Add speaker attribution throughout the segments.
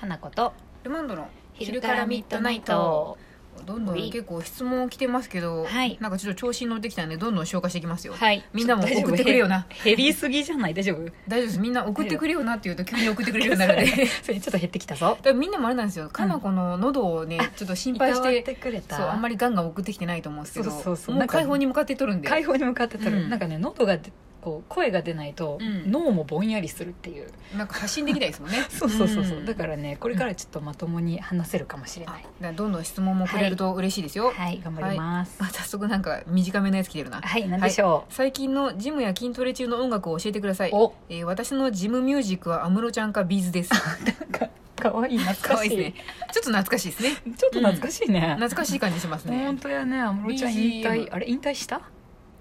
Speaker 1: 花子と
Speaker 2: ルマンドの
Speaker 1: 昼からミッドナイト
Speaker 2: どんどん
Speaker 1: はい
Speaker 2: 結構質問来てますけど、
Speaker 1: はい
Speaker 2: なんかちょっと調子に乗ってきたんでどんどん紹介していきますよ、
Speaker 1: はい
Speaker 2: みんなも送ってくれ よな
Speaker 1: 減りすぎじゃない大丈夫
Speaker 2: 大丈夫ですみんな送ってくれよなって言うと急に送ってくれるようになるんでだか
Speaker 1: それちょっと減ってきたぞ
Speaker 2: らみんなもあれなんですよかなこの喉をね、ちょっと心配し
Speaker 1: いたわっててくれた
Speaker 2: そうあんまりガンガン送ってきてないと思うんですけど
Speaker 1: そうそうそう
Speaker 2: も
Speaker 1: な
Speaker 2: うん
Speaker 1: か
Speaker 2: 解放に向かってとるんで
Speaker 1: 解放に向かってたら、
Speaker 2: うん
Speaker 1: なんかね喉がでこう声が出ないと、
Speaker 2: うん
Speaker 1: 脳もぼんやりするっていう
Speaker 2: なんか発信できないですもんね
Speaker 1: そうそうそうそう、
Speaker 2: ん
Speaker 1: だからねこれからちょっとまともに話せるかもしれ
Speaker 2: あだ
Speaker 1: な
Speaker 2: か
Speaker 1: い、
Speaker 2: らどんどん質問もくれると嬉しいですよ、
Speaker 1: はい頑張りますは、
Speaker 2: あ早速なんか短めのやつ来てるない
Speaker 1: 何でしょ
Speaker 2: 最近のジムや筋トレ中の音楽を教えてくださ
Speaker 1: う、
Speaker 2: い、えー私のジムミュージックは安室ちゃんかビーズです
Speaker 1: おかかわいい懐
Speaker 2: 可
Speaker 1: か
Speaker 2: 愛
Speaker 1: し
Speaker 2: い
Speaker 1: い
Speaker 2: ですねちょっと懐かしいですね
Speaker 1: ちょっと懐かしいね、
Speaker 2: 懐かしい感じします
Speaker 1: 本
Speaker 2: ね
Speaker 1: 当やね安室ちゃん
Speaker 2: BGM
Speaker 1: 引退あれ引退した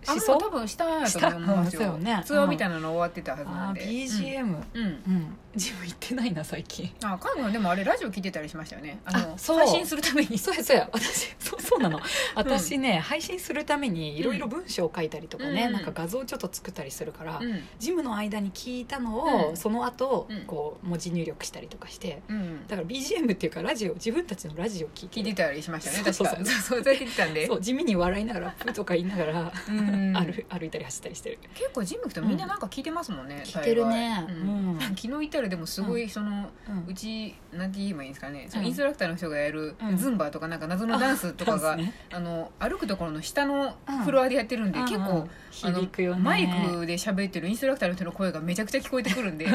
Speaker 2: あ
Speaker 1: し
Speaker 2: もう
Speaker 1: そう
Speaker 2: 多分したんやと思います
Speaker 1: した
Speaker 2: よ
Speaker 1: うんそうよね
Speaker 2: ツアーみたいなの終わってたはずな
Speaker 1: あー
Speaker 2: んで
Speaker 1: BGM
Speaker 2: うん、うん
Speaker 1: うん自分行ってないな最近
Speaker 2: あカン君でもあれラジオ聞いてたりしましたよねあの
Speaker 1: あそう
Speaker 2: 配信するために
Speaker 1: そうやそうや私そうそうなの私ね、配信するためにいろいろ文章を書いたりとかね、
Speaker 2: うん
Speaker 1: なんか画像をちょっと作ったりするから、
Speaker 2: うん
Speaker 1: ジムの間に聞いたのを、
Speaker 2: うん
Speaker 1: その後、
Speaker 2: うん
Speaker 1: こう文字入力したりとかして
Speaker 2: うん
Speaker 1: だから BGM っていうかラジオ自分たちのラジオを聞いて
Speaker 2: 聞いてたりしましたよね確
Speaker 1: そうそう
Speaker 2: かそうそうそうやってたんで
Speaker 1: そう地味に笑いながら「プ」とか言いながら、
Speaker 2: うん
Speaker 1: 歩歩いたり走ったりしてる
Speaker 2: 結構ジム行くとみんななんか聞いてますもんね、
Speaker 1: 聞いてるね
Speaker 2: 幸い
Speaker 1: うん
Speaker 2: うん昨日行ったらでもすごいその、
Speaker 1: うん
Speaker 2: うちなんて言えばいいんですかね、その
Speaker 1: うん
Speaker 2: インストラクターの人がやる
Speaker 1: うん
Speaker 2: ズンバとかなんか謎のダンスとか
Speaker 1: ダ
Speaker 2: が、
Speaker 1: ンスね
Speaker 2: あの歩くところの下の
Speaker 1: うん
Speaker 2: フロアでやってるんで、結
Speaker 1: うんう
Speaker 2: 構
Speaker 1: ん、響くよ
Speaker 2: あ
Speaker 1: ね
Speaker 2: のマイクで喋ってるインストラクターの人の声がめちゃくちゃ聞こえてくるんで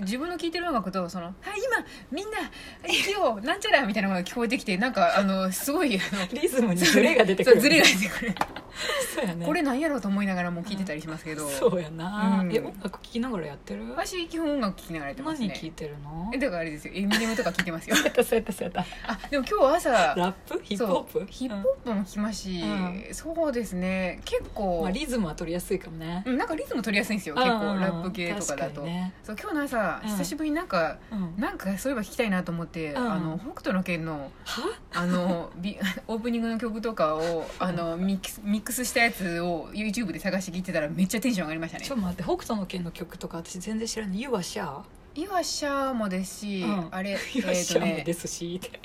Speaker 2: 自分の聞いてる音楽とその「はい今みんな生きようなんちゃら」みたいなのが聞こえてきてなんかあのすごいあ の
Speaker 1: リズムにズレが出てくる
Speaker 2: そうズレが出てくる、
Speaker 1: そうやね
Speaker 2: これなんやろうと思いながらも聞いてたりしますけど、
Speaker 1: そうやな、
Speaker 2: うん
Speaker 1: え音楽聴きながらやってる
Speaker 2: 私基本音楽聴きながらやってます
Speaker 1: 何聴
Speaker 2: ね
Speaker 1: いてるの
Speaker 2: えだからあれですよエミネムとか聞いてますよ
Speaker 1: やったそうやったそうやっ
Speaker 2: あでも今日朝
Speaker 1: たラップヒップホップ
Speaker 2: そうヒップホップも聞きますし、
Speaker 1: う
Speaker 2: そうですね結構、
Speaker 1: まあ、リズムは取りやすいかもね
Speaker 2: うんなんかリズム取りやすいんですよ結構
Speaker 1: うん
Speaker 2: ラップ系とかだ
Speaker 1: 確
Speaker 2: と
Speaker 1: にね
Speaker 2: そう今日の朝、
Speaker 1: うん
Speaker 2: 久しぶりになんか
Speaker 1: うん
Speaker 2: なんかそういえば聞きたいなと思って、
Speaker 1: うん
Speaker 2: あの北斗の拳の
Speaker 1: は
Speaker 2: あのビオープニングの曲とかをあのミックスミックスしたやつを YouTube で探して聞いてたらめっちゃテンション上がりましたね
Speaker 1: ちょっと待って北斗の拳の曲とか私全然知 らない「You are Sure
Speaker 2: イワシャーもですし、
Speaker 1: うん
Speaker 2: あれ、」えっ、
Speaker 1: 「You are
Speaker 2: と
Speaker 1: Sure」も
Speaker 2: ね
Speaker 1: ですしって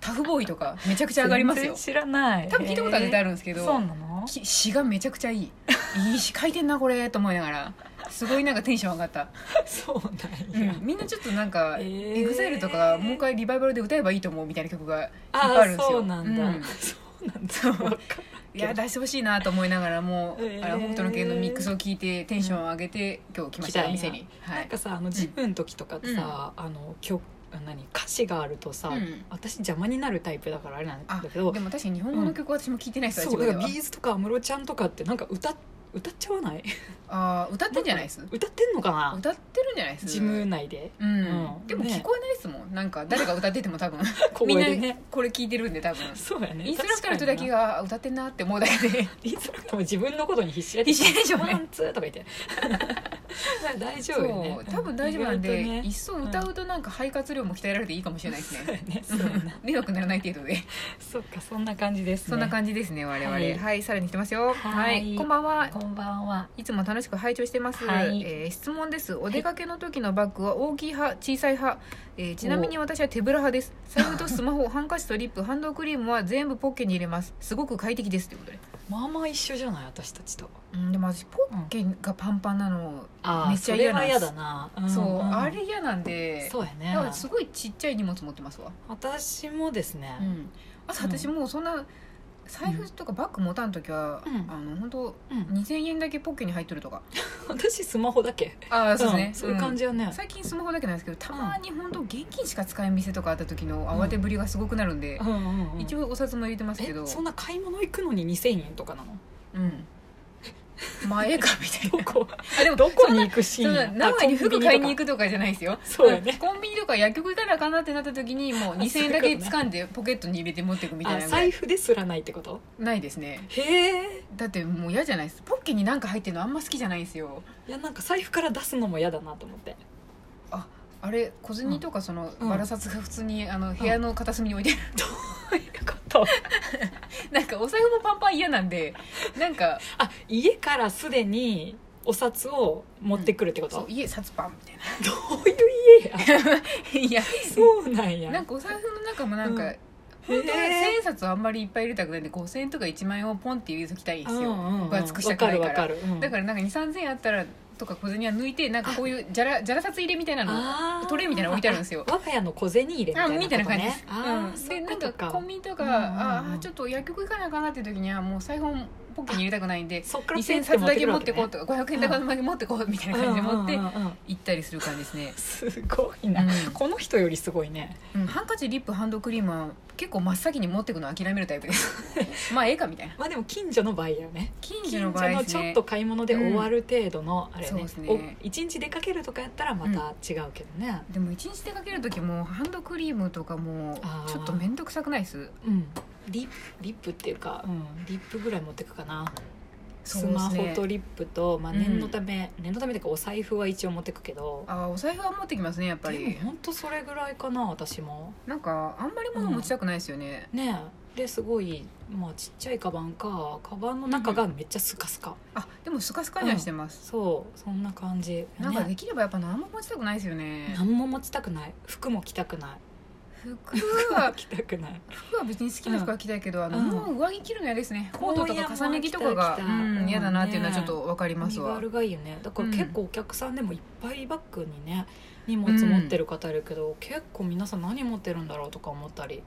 Speaker 2: タフボーイとかめちゃくちゃ上がりますよ
Speaker 1: 全然知らない
Speaker 2: 多分聞いたことは絶対あるんですけど、
Speaker 1: えーそうなの
Speaker 2: き詩がめちゃくちゃいいいい詩書いてんなこれと思いながらすごいなんかテンション上がった、
Speaker 1: そう
Speaker 2: う
Speaker 1: なんや、
Speaker 2: ん、みんなちょっとなんか、
Speaker 1: え
Speaker 2: エ
Speaker 1: ー
Speaker 2: EXILE とかもう一回リバイバルで歌えばいいと思うみたいな曲がいっぱい
Speaker 1: あ
Speaker 2: あ
Speaker 1: ー
Speaker 2: るんです
Speaker 1: そ
Speaker 2: よ
Speaker 1: うなんだ、
Speaker 2: うん
Speaker 1: そうなんだ
Speaker 2: そう
Speaker 1: わかる
Speaker 2: いや出してほしいなと思いながらもう、
Speaker 1: えー
Speaker 2: あの北斗の拳のミックスを聞いてテンション上げて今日来ました
Speaker 1: 来たん
Speaker 2: お
Speaker 1: や
Speaker 2: 店に、は
Speaker 1: なん
Speaker 2: い、
Speaker 1: かさあの自分の時とかってさ、あの曲何歌詞があるとさ、
Speaker 2: うん
Speaker 1: 私邪魔になるタイプだからあれなんだ
Speaker 2: あ
Speaker 1: け
Speaker 2: で
Speaker 1: ど
Speaker 2: も確かに日本語の曲は私も聞いてないです、
Speaker 1: そ
Speaker 2: 自
Speaker 1: うだ
Speaker 2: 分
Speaker 1: か
Speaker 2: で
Speaker 1: ら
Speaker 2: は
Speaker 1: ビーズとか安室ちゃんとかってなんか歌っ歌っちゃわない
Speaker 2: あー歌ってんじゃないです
Speaker 1: 歌ってんのかな
Speaker 2: 歌ってるんじゃないです
Speaker 1: ジム内で
Speaker 2: うん、
Speaker 1: うん
Speaker 2: でも聞こえないですもんなんか誰が歌ってても多分
Speaker 1: 小
Speaker 2: みん な
Speaker 1: 声でね
Speaker 2: これ聞いてるんで多分
Speaker 1: そうやね
Speaker 2: インストラクターの人だけ
Speaker 1: が
Speaker 2: が歌ってんなって思うだけで
Speaker 1: インストラクターも自分のことに必死やで
Speaker 2: 必死でしょうね
Speaker 1: ワンツーとか言って なんか大丈
Speaker 2: そ
Speaker 1: 夫よね
Speaker 2: う多分大丈夫なんで、
Speaker 1: 意外とね
Speaker 2: 一層歌うとなんか肺活量も鍛えられていいかもしれないです
Speaker 1: そう
Speaker 2: ね
Speaker 1: やねそうやな
Speaker 2: 迷惑にならない程度で
Speaker 1: そっかそんな感じですね
Speaker 2: そんな感じですね我々は、
Speaker 1: はいい
Speaker 2: さらに来てますよは
Speaker 1: はい
Speaker 2: い、こんばんは
Speaker 1: こんばんはい
Speaker 2: つも楽しく拝聴してます、
Speaker 1: はい
Speaker 2: えー質問ですお出かけの時のバッグは大きい派小さい派、えーちなみに私は手ぶら 派です財布とスマホハンカチとリップハンドクリームは全部ポッケに入れますすごく快適ですということで、
Speaker 1: まあまあ一緒じゃない私たちと
Speaker 2: うん、でも私ポッケがパンパンなの、
Speaker 1: あ
Speaker 2: め
Speaker 1: め
Speaker 2: っ
Speaker 1: っ
Speaker 2: ち
Speaker 1: ち
Speaker 2: ゃ
Speaker 1: ゃ
Speaker 2: 嫌
Speaker 1: 嫌
Speaker 2: なんです
Speaker 1: だな、ん
Speaker 2: そう、
Speaker 1: ん
Speaker 2: あれ嫌なんで
Speaker 1: そうやね
Speaker 2: だからすごいちっちゃい荷物持ってますわ、
Speaker 1: 私もですね、
Speaker 2: うん、あと
Speaker 1: うん
Speaker 2: 私もうそんな財布とかバッグ持たん時は、
Speaker 1: うん
Speaker 2: あの本当
Speaker 1: うん
Speaker 2: 2000円だけポッケに入ってる とか
Speaker 1: 私スマホだけ
Speaker 2: ああそうですね、
Speaker 1: んそういう感じやね、
Speaker 2: うん最近スマホだけなんですけどたまに本当現金しか使えん店とかあった時の慌てぶりがすごくなるんで、
Speaker 1: うんうんうん
Speaker 2: 一応お札も入れてますけど
Speaker 1: えそんな買い物行くのに2000円とかなの
Speaker 2: うん前かみたいな
Speaker 1: どこ
Speaker 2: あで も
Speaker 1: どこに行くシ
Speaker 2: そ
Speaker 1: ーン
Speaker 2: の
Speaker 1: や
Speaker 2: 名古屋に服買いに行
Speaker 1: く
Speaker 2: くとかじゃないですよ
Speaker 1: そうやね
Speaker 2: コンビニとか薬局行かなあかんなってなった時にもう2000円だけ掴んでポケットに入れて持っていくみたい
Speaker 1: あ
Speaker 2: なぐら
Speaker 1: 財
Speaker 2: い
Speaker 1: 布ですらないってこと
Speaker 2: ないですね
Speaker 1: へえ
Speaker 2: だってもう嫌じゃないですポッケに何か入ってるのあんま好きじゃないんですよ
Speaker 1: いやなんか財布から出すのも嫌だなと思って
Speaker 2: あれ小銭とかその
Speaker 1: うん
Speaker 2: バラ札が普通にあの部屋の片隅に置いてある、
Speaker 1: どういうこと
Speaker 2: なんかお財布もパンパン嫌なんでなんか
Speaker 1: あ家からすでにお札を持ってくるってこと、
Speaker 2: そう家札 パンみたいな
Speaker 1: どういう家や
Speaker 2: いや
Speaker 1: そうなんや
Speaker 2: なんかお財布の中もなんか、
Speaker 1: うん
Speaker 2: 本当は
Speaker 1: へ
Speaker 2: 千
Speaker 1: ー
Speaker 2: 円札をあんまりいっぱい入れたくないんで5000円とか1万円をポンって入れときたいんですよ、
Speaker 1: うんうんうん
Speaker 2: 僕は尽くしたくないから
Speaker 1: わかるわかる、うん
Speaker 2: だからなんか2 3 0 0 0円あったらとか小銭は抜いてなんかこういうじゃらじゃら札入れみたいなの
Speaker 1: あー
Speaker 2: トレーみたいなの置いてあるんですよ
Speaker 1: 我が家の小銭入れみた
Speaker 2: あ
Speaker 1: いなこと、ね、
Speaker 2: みたいな感じです、
Speaker 1: あ
Speaker 2: う
Speaker 1: ー
Speaker 2: ん、
Speaker 1: そう
Speaker 2: で
Speaker 1: いう
Speaker 2: な
Speaker 1: こ
Speaker 2: んか
Speaker 1: とか
Speaker 2: コンビニとか、
Speaker 1: うんうんうん
Speaker 2: あーちょっと薬局行かなあかんなっていう時にはもう財布をポッケに入れたくないんで
Speaker 1: そっから
Speaker 2: 2000冊だけ持ってこう
Speaker 1: と
Speaker 2: とか500円だけ持ってこうみたいな感じで持って行ったりする感じですね、
Speaker 1: すごいな、
Speaker 2: うん
Speaker 1: この人よりすごいね
Speaker 2: うん、ハンカチリップハンドクリームは結構真っ先に持ってくの諦めるタイプです まあええかみたいな
Speaker 1: まあでも近所の場合だよね
Speaker 2: 近
Speaker 1: 近
Speaker 2: 所
Speaker 1: 所
Speaker 2: の場合
Speaker 1: の
Speaker 2: です
Speaker 1: ちょっ
Speaker 2: ね
Speaker 1: と買い物で終わる程度のあれね,お、
Speaker 2: そうですね
Speaker 1: 一日出かけるとかやったらまた違うけどね、
Speaker 2: でも一日出かける時もハンドクリームとかも
Speaker 1: あー
Speaker 2: ちょっと面倒くさくないです
Speaker 1: うん、リリップっていうか、うん、リップぐらい持ってくかな、
Speaker 2: そう
Speaker 1: ス
Speaker 2: ですね
Speaker 1: マホとリップと、まあ、
Speaker 2: うん
Speaker 1: 念のため、念のためっていうかお財布は一応持ってくけど
Speaker 2: あーお財布は持ってきますねやっぱ
Speaker 1: でも
Speaker 2: り
Speaker 1: 本当それぐらいかな私も
Speaker 2: なんかあんまり物持ちたくないですよね、
Speaker 1: ねえですごい、まあ、ちっちゃいカバンかカバンの中がめっちゃスカスカ、
Speaker 2: あでもスカスカにはしてます、
Speaker 1: そうそんな感じ、ね、
Speaker 2: なんかできればやっぱ何も持ちたくないですよね
Speaker 1: 何も持ちたくない服も着たくない
Speaker 2: 服は
Speaker 1: 着たく ない
Speaker 2: 服は別に好きな服は着たいけど、あの
Speaker 1: うん
Speaker 2: もう上着着るの嫌ですねコートとか重ね着とかが
Speaker 1: こういう山は着たい着た
Speaker 2: う
Speaker 1: い
Speaker 2: ん嫌だなっていうのはちょっとわかりま
Speaker 1: 身
Speaker 2: すわ、
Speaker 1: 軽がいいよねだから
Speaker 2: うん
Speaker 1: 結構お客さんでもいっぱいバッグにね荷物持ってる方いるけど、結構皆さん何持ってるんだろうとか思ったり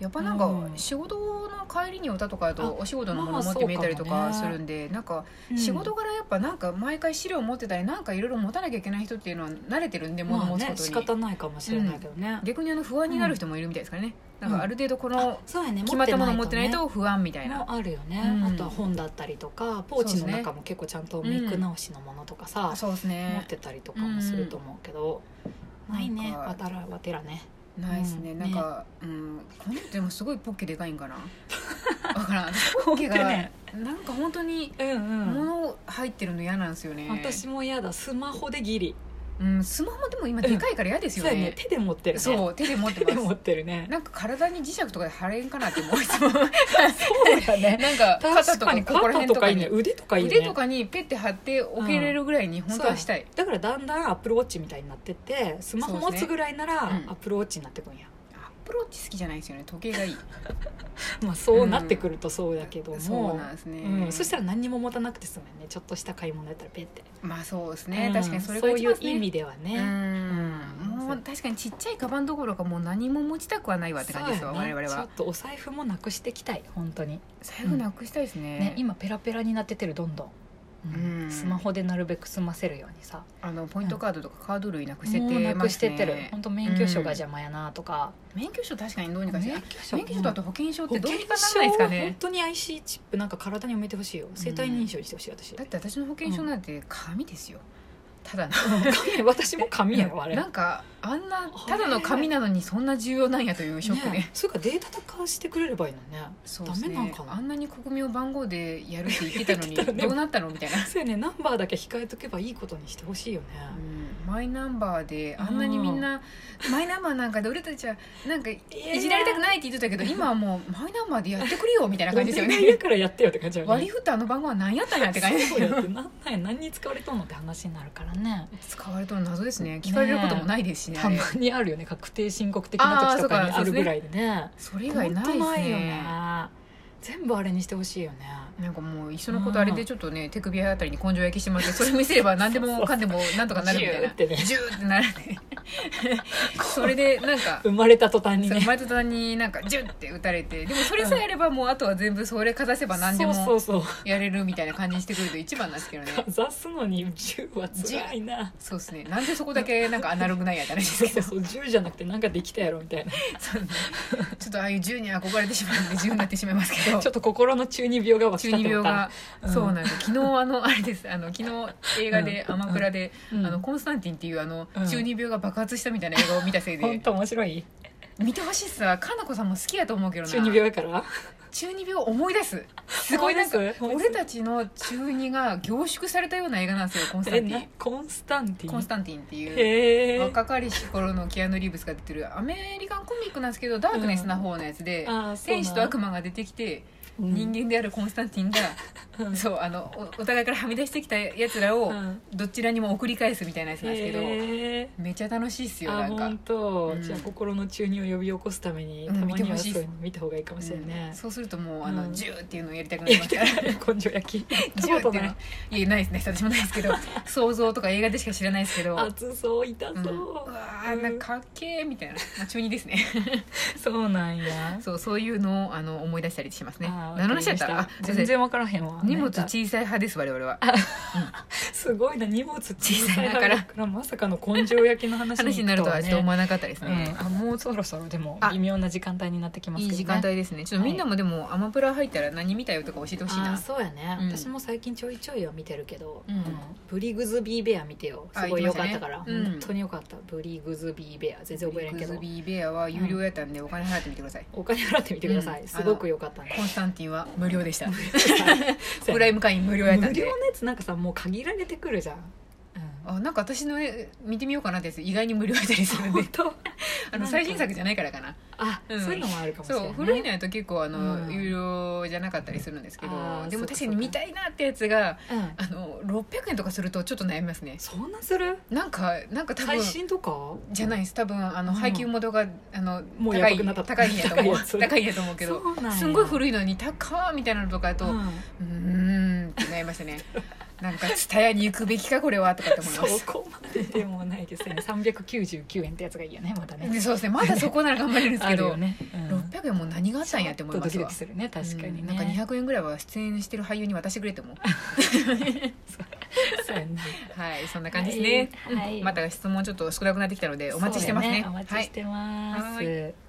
Speaker 2: やっぱなんか
Speaker 1: うん
Speaker 2: 仕事の帰りにおたとかだ
Speaker 1: あ
Speaker 2: とお仕事のもの持って見えたりと
Speaker 1: ま
Speaker 2: か
Speaker 1: あそう
Speaker 2: す
Speaker 1: かもね
Speaker 2: るんで、なんか仕事
Speaker 1: が
Speaker 2: 柄やっぱなんか毎回資料持ってたりなんかいろいろ持たなきゃいけない人っていうのは慣れてるんで
Speaker 1: ま
Speaker 2: 物
Speaker 1: あ
Speaker 2: 持つ
Speaker 1: ね
Speaker 2: こと
Speaker 1: 仕
Speaker 2: に、
Speaker 1: 方ないかもしれないけどね、
Speaker 2: 逆にあの不安になる人もいるみたいですからね、
Speaker 1: うん
Speaker 2: なんかある程度この
Speaker 1: そうやね
Speaker 2: 決まったもの持
Speaker 1: 持
Speaker 2: っ
Speaker 1: ってて
Speaker 2: な
Speaker 1: ないいとね
Speaker 2: と不安みたいな
Speaker 1: もあるよね、
Speaker 2: うん
Speaker 1: あとは本だったりとかポーチの中も結構ちゃんとメイク直しのものとかさ、
Speaker 2: あそうです
Speaker 1: 持
Speaker 2: ね
Speaker 1: ってたりとかもすると思うけど、
Speaker 2: うん
Speaker 1: ないね
Speaker 2: なんか
Speaker 1: わたらわてらね
Speaker 2: ないですね、
Speaker 1: うん
Speaker 2: なんか、うん、この人でもすごいポッケでかいん かなわからんポッケが、
Speaker 1: 本当ね
Speaker 2: なんか本当に
Speaker 1: うん
Speaker 2: 物入ってるの嫌なんですよね、
Speaker 1: 私も嫌だスマホでギリ、
Speaker 2: うん、スマホでも今でかいから嫌です
Speaker 1: そ
Speaker 2: よ
Speaker 1: うやね
Speaker 2: ね,、
Speaker 1: 手で持ってるね
Speaker 2: そう手で持って
Speaker 1: 手で
Speaker 2: ま
Speaker 1: 持
Speaker 2: す
Speaker 1: ってるね
Speaker 2: なんか体に磁石とかで貼れんかなって思ういつもなん
Speaker 1: そうや ね
Speaker 2: か肩
Speaker 1: 確
Speaker 2: と
Speaker 1: か
Speaker 2: か
Speaker 1: に
Speaker 2: ここ
Speaker 1: 肩
Speaker 2: ら辺
Speaker 1: と
Speaker 2: とか
Speaker 1: かいい
Speaker 2: に
Speaker 1: ね腕とかいいよね
Speaker 2: 腕とかにペッて貼って置けれるぐらいに本当はしたい、
Speaker 1: だからだんだんアップルウォッチみたいになってってスマホ
Speaker 2: そう
Speaker 1: 持
Speaker 2: ですね
Speaker 1: つぐらいならア
Speaker 2: うん
Speaker 1: ップルウォッチになってくんや、
Speaker 2: アップローチ好きじゃないですよね時計がいい
Speaker 1: まあそうなってくるとそうだけども、
Speaker 2: そうなんですね、
Speaker 1: うん、そしたら何にも持たなくて済むよねちょっとした買い物やったらペッて、
Speaker 2: まあそうですね、
Speaker 1: うん
Speaker 2: 確かにそれが一
Speaker 1: そ
Speaker 2: 番
Speaker 1: う
Speaker 2: です
Speaker 1: い
Speaker 2: ね
Speaker 1: う意味ではね、
Speaker 2: うん
Speaker 1: うん
Speaker 2: もう確かにちっちゃいカバンどころかもう何も持ちたくはないわって感じですわ、
Speaker 1: そうやね
Speaker 2: 我々
Speaker 1: ちょ
Speaker 2: は
Speaker 1: っとお財布もなくしていきたい本当に、
Speaker 2: 財布なくしたいですね,、
Speaker 1: ね今ペラペラになってってるどんどん、うん
Speaker 2: うん
Speaker 1: スマホでなるべく済ませるようにさ
Speaker 2: あのポイントカードとかカード類なくしてて、
Speaker 1: もうなくしてってる本当免許証が
Speaker 2: うん
Speaker 1: 邪魔やなとか、
Speaker 2: 免許証確かにどうにかして
Speaker 1: 免許証
Speaker 2: 免許証とあと保険証ってどうにかなら
Speaker 1: 保
Speaker 2: な
Speaker 1: 険
Speaker 2: いです
Speaker 1: 証
Speaker 2: か
Speaker 1: は本
Speaker 2: ね
Speaker 1: 当に IC チップなんか体に埋めてほしいよ生体認証にしてほしい私、
Speaker 2: だって私の保険証なんて紙ですよただの
Speaker 1: 紙私も紙やろあれ
Speaker 2: なんかあんなただの紙なのにそんな重要なんやというショックね
Speaker 1: ねそうかデータとかしてくれればいいのね
Speaker 2: そうですね
Speaker 1: ダメなんかな
Speaker 2: あんなに国民を番号でやるって言ってたの に
Speaker 1: 言ってたね
Speaker 2: どうなったのみたいな、
Speaker 1: そうやねナンバーだけ控えとけばいいことにしてほしいよね、
Speaker 2: うんマイナンバーであんなにみんなマイナンバーなんかで俺たちはなんかいじられたくないって言ってたけど今はもうマイナンバーでやってくれよみたいな
Speaker 1: お
Speaker 2: 感じで すよ
Speaker 1: 願いや
Speaker 2: ね
Speaker 1: からやってよって感じだよね
Speaker 2: 割り振ったあの番号は何やったんやって感じです
Speaker 1: そう
Speaker 2: よ
Speaker 1: やってなんなんや何に使われとんのって話になるからね
Speaker 2: 使われたの謎ですね聞かれることもないですしね
Speaker 1: た
Speaker 2: あれ
Speaker 1: まにあるよね確定申告的な時とかに
Speaker 2: あーそうか
Speaker 1: あるぐらいでね
Speaker 2: それ以
Speaker 1: ほ
Speaker 2: 外
Speaker 1: んと
Speaker 2: ないです
Speaker 1: よ
Speaker 2: ね
Speaker 1: 全部あれにしてほしいよね
Speaker 2: なんかもう一緒のことあれでちょっとね手首あたりに根性焼きして もらってそれ見せれば何でもかんでもなんとかなるみたい
Speaker 1: ジ
Speaker 2: な
Speaker 1: ューってね
Speaker 2: ジューってなる ねそれでなんか
Speaker 1: 生まれた途端に
Speaker 2: そう
Speaker 1: ね
Speaker 2: 前田さんになんかジュッて打たれてでもそれさえやればもうあとは全部それかざせば何で
Speaker 1: そ
Speaker 2: も
Speaker 1: うそうそう
Speaker 2: やれるみたいな感じにしてくると一番なんですけどね
Speaker 1: かざすのに10はつらいな
Speaker 2: そうですねなんでそこだけなんかアナログなんやったらです
Speaker 1: そう
Speaker 2: け
Speaker 1: そ
Speaker 2: ど
Speaker 1: う
Speaker 2: そ
Speaker 1: そう10じゃなくてなんかできたやろみたいな
Speaker 2: うねちょっとああいう銃に憧れてしまうんで銃になってしまいますけど
Speaker 1: ちょっと心の中二病が湧き
Speaker 2: 中
Speaker 1: 立
Speaker 2: 二
Speaker 1: て
Speaker 2: 病
Speaker 1: た
Speaker 2: が、
Speaker 1: うん
Speaker 2: そうなんです昨日あのあれですあの昨日映画で
Speaker 1: うん
Speaker 2: アマプラで、
Speaker 1: うん
Speaker 2: あのコンスタンティンっていうあの、
Speaker 1: うん
Speaker 2: 中二病が爆発したみたいな映画を見たせい
Speaker 1: 本
Speaker 2: で
Speaker 1: 当面白い
Speaker 2: 見てほしいっすわかなこさんも好きやと思うけどな
Speaker 1: 中二病やから
Speaker 2: 中二病を思い出す すごいなんか
Speaker 1: 思い出す思い出
Speaker 2: 俺
Speaker 1: す
Speaker 2: たちの中二が凝縮されたような映画なんですよコンスタ
Speaker 1: え
Speaker 2: ンティ
Speaker 1: な
Speaker 2: ン
Speaker 1: コンスタンティン
Speaker 2: コンスタンティンっていう
Speaker 1: へえ
Speaker 2: 若かりし頃のキアヌ・リーブスが出てるアメリカンコミックなんですけどダークネスな方のやつで、
Speaker 1: あーそうなん
Speaker 2: 天使と悪魔が出てきて
Speaker 1: うん
Speaker 2: 人間であるコンスタンティンが、
Speaker 1: うん
Speaker 2: そうあのおお互いからはみ出してきたやつらを
Speaker 1: うん
Speaker 2: どちらにも送り返すみたいなやつなんですけど、
Speaker 1: へ
Speaker 2: めっちゃ楽しいっす
Speaker 1: ー
Speaker 2: よな
Speaker 1: あ
Speaker 2: んか
Speaker 1: 本。当、
Speaker 2: うん
Speaker 1: じゃあ心の中二を呼び起こすために、
Speaker 2: うん
Speaker 1: たまに
Speaker 2: 見て
Speaker 1: は
Speaker 2: ほ
Speaker 1: そ
Speaker 2: し
Speaker 1: う
Speaker 2: いっす
Speaker 1: いうの見た方がいいかもしれないね、
Speaker 2: そうするともうあの、
Speaker 1: うん
Speaker 2: ジューっていうのをやりたくなり
Speaker 1: や
Speaker 2: ま
Speaker 1: り
Speaker 2: すか
Speaker 1: た
Speaker 2: ら
Speaker 1: い 根性焼き
Speaker 2: ジ
Speaker 1: 食
Speaker 2: ュー
Speaker 1: べ
Speaker 2: ってい
Speaker 1: たこと
Speaker 2: うの
Speaker 1: な
Speaker 2: はいいやないですね私もないです けど想像とか映画でしか知らないですけど
Speaker 1: 熱そう痛
Speaker 2: うん、
Speaker 1: そう、
Speaker 2: うわーなんかかっけーみたいな、まあ、中二ですね
Speaker 1: そうなんや
Speaker 2: そうそういうのをあの思い出したりしますね
Speaker 1: あー
Speaker 2: 何の話だった
Speaker 1: わ
Speaker 2: ら
Speaker 1: かりました
Speaker 2: あすいませ
Speaker 1: 全
Speaker 2: ん
Speaker 1: 然分からへんわ
Speaker 2: 荷物
Speaker 1: なんか
Speaker 2: 小さい派です我々は
Speaker 1: すごいな荷物小さい
Speaker 2: 小さいから
Speaker 1: だからまさかの根性焼きの話
Speaker 2: 話になるとはちょっと思わなかったです
Speaker 1: う
Speaker 2: ね
Speaker 1: ん、あもうそろそろでも
Speaker 2: あ
Speaker 1: 微妙な時間帯になってきます
Speaker 2: い
Speaker 1: け
Speaker 2: い
Speaker 1: ど、ね、
Speaker 2: 時間帯ですねちょっとみんなもでも、アマプラ入ったら何見たよとか教えてほしい
Speaker 1: あー
Speaker 2: な
Speaker 1: そうやね、
Speaker 2: うん
Speaker 1: 私も最近ちょいちょいは見てるけど、
Speaker 2: うん
Speaker 1: ブリグズビーベア見てよすごい
Speaker 2: あ言
Speaker 1: 良
Speaker 2: って
Speaker 1: か
Speaker 2: ま
Speaker 1: っ
Speaker 2: した
Speaker 1: た
Speaker 2: ね
Speaker 1: から
Speaker 2: うん
Speaker 1: 本当に良かったブリグズビーベア全然覚えられんけ
Speaker 2: ビッグ
Speaker 1: ど
Speaker 2: ズビーベアは有料やったんでお金払ってみてください、
Speaker 1: お金払ってみてください、
Speaker 2: うん
Speaker 1: すごく良かったんで
Speaker 2: コンスタンティンは無料でし た
Speaker 1: そう
Speaker 2: プ
Speaker 1: や
Speaker 2: ラ
Speaker 1: ね
Speaker 2: イム会員無料やった
Speaker 1: 無
Speaker 2: ん
Speaker 1: 料
Speaker 2: で
Speaker 1: のやつなんかさもう限られてくるじゃん、
Speaker 2: あなんか私のね見てみようかなってやつ意外に無料やったりする
Speaker 1: うんん、
Speaker 2: で
Speaker 1: 本 当
Speaker 2: あの最新作じゃないからかな
Speaker 1: あ、
Speaker 2: うん
Speaker 1: そういうのもあるかもしれ
Speaker 2: そ
Speaker 1: ないうね
Speaker 2: 古いのやと結構あの、
Speaker 1: うん
Speaker 2: 有料じゃなかったりするんですけど
Speaker 1: あー
Speaker 2: で
Speaker 1: そう
Speaker 2: も
Speaker 1: か
Speaker 2: 確
Speaker 1: そ
Speaker 2: か
Speaker 1: うか
Speaker 2: に見たいなってやつが
Speaker 1: うん
Speaker 2: あの600円とかするとちょっと悩みますね
Speaker 1: そんなする
Speaker 2: なんかなんか多
Speaker 1: 最
Speaker 2: 分
Speaker 1: 新とか
Speaker 2: じゃないです多分あの
Speaker 1: うん
Speaker 2: 配給元があの
Speaker 1: もうや
Speaker 2: 高
Speaker 1: ばく
Speaker 2: い
Speaker 1: なった
Speaker 2: 高いんやと思
Speaker 1: 高
Speaker 2: う
Speaker 1: いやつ
Speaker 2: 高いんやと思うけど
Speaker 1: そうなんや
Speaker 2: すんごい古いのに高ーみたいなのとかだと
Speaker 1: う
Speaker 2: うんーんってなりましたねなんか蔦屋に行くべきかこれはとかって思い
Speaker 1: そ
Speaker 2: ます
Speaker 1: こまででもないです ね399円ってやつがいいよねまだね
Speaker 2: でそうですねまだそこなら頑張れるんです
Speaker 1: あ
Speaker 2: け
Speaker 1: る
Speaker 2: ど、
Speaker 1: よね、うん
Speaker 2: 600円もう何があったんやって思いま
Speaker 1: ち
Speaker 2: す
Speaker 1: ょっとドキド
Speaker 2: わ
Speaker 1: キするね確かにね、
Speaker 2: うんなんか200円ぐらいは出演してる俳優に渡してくれっても
Speaker 1: そうやんな
Speaker 2: はいそんな感じですね、
Speaker 1: はいはい
Speaker 2: うんまた質問ちょっと少なくなってきたのでお待ちしてますね
Speaker 1: そうやお待ちしてます、
Speaker 2: はいは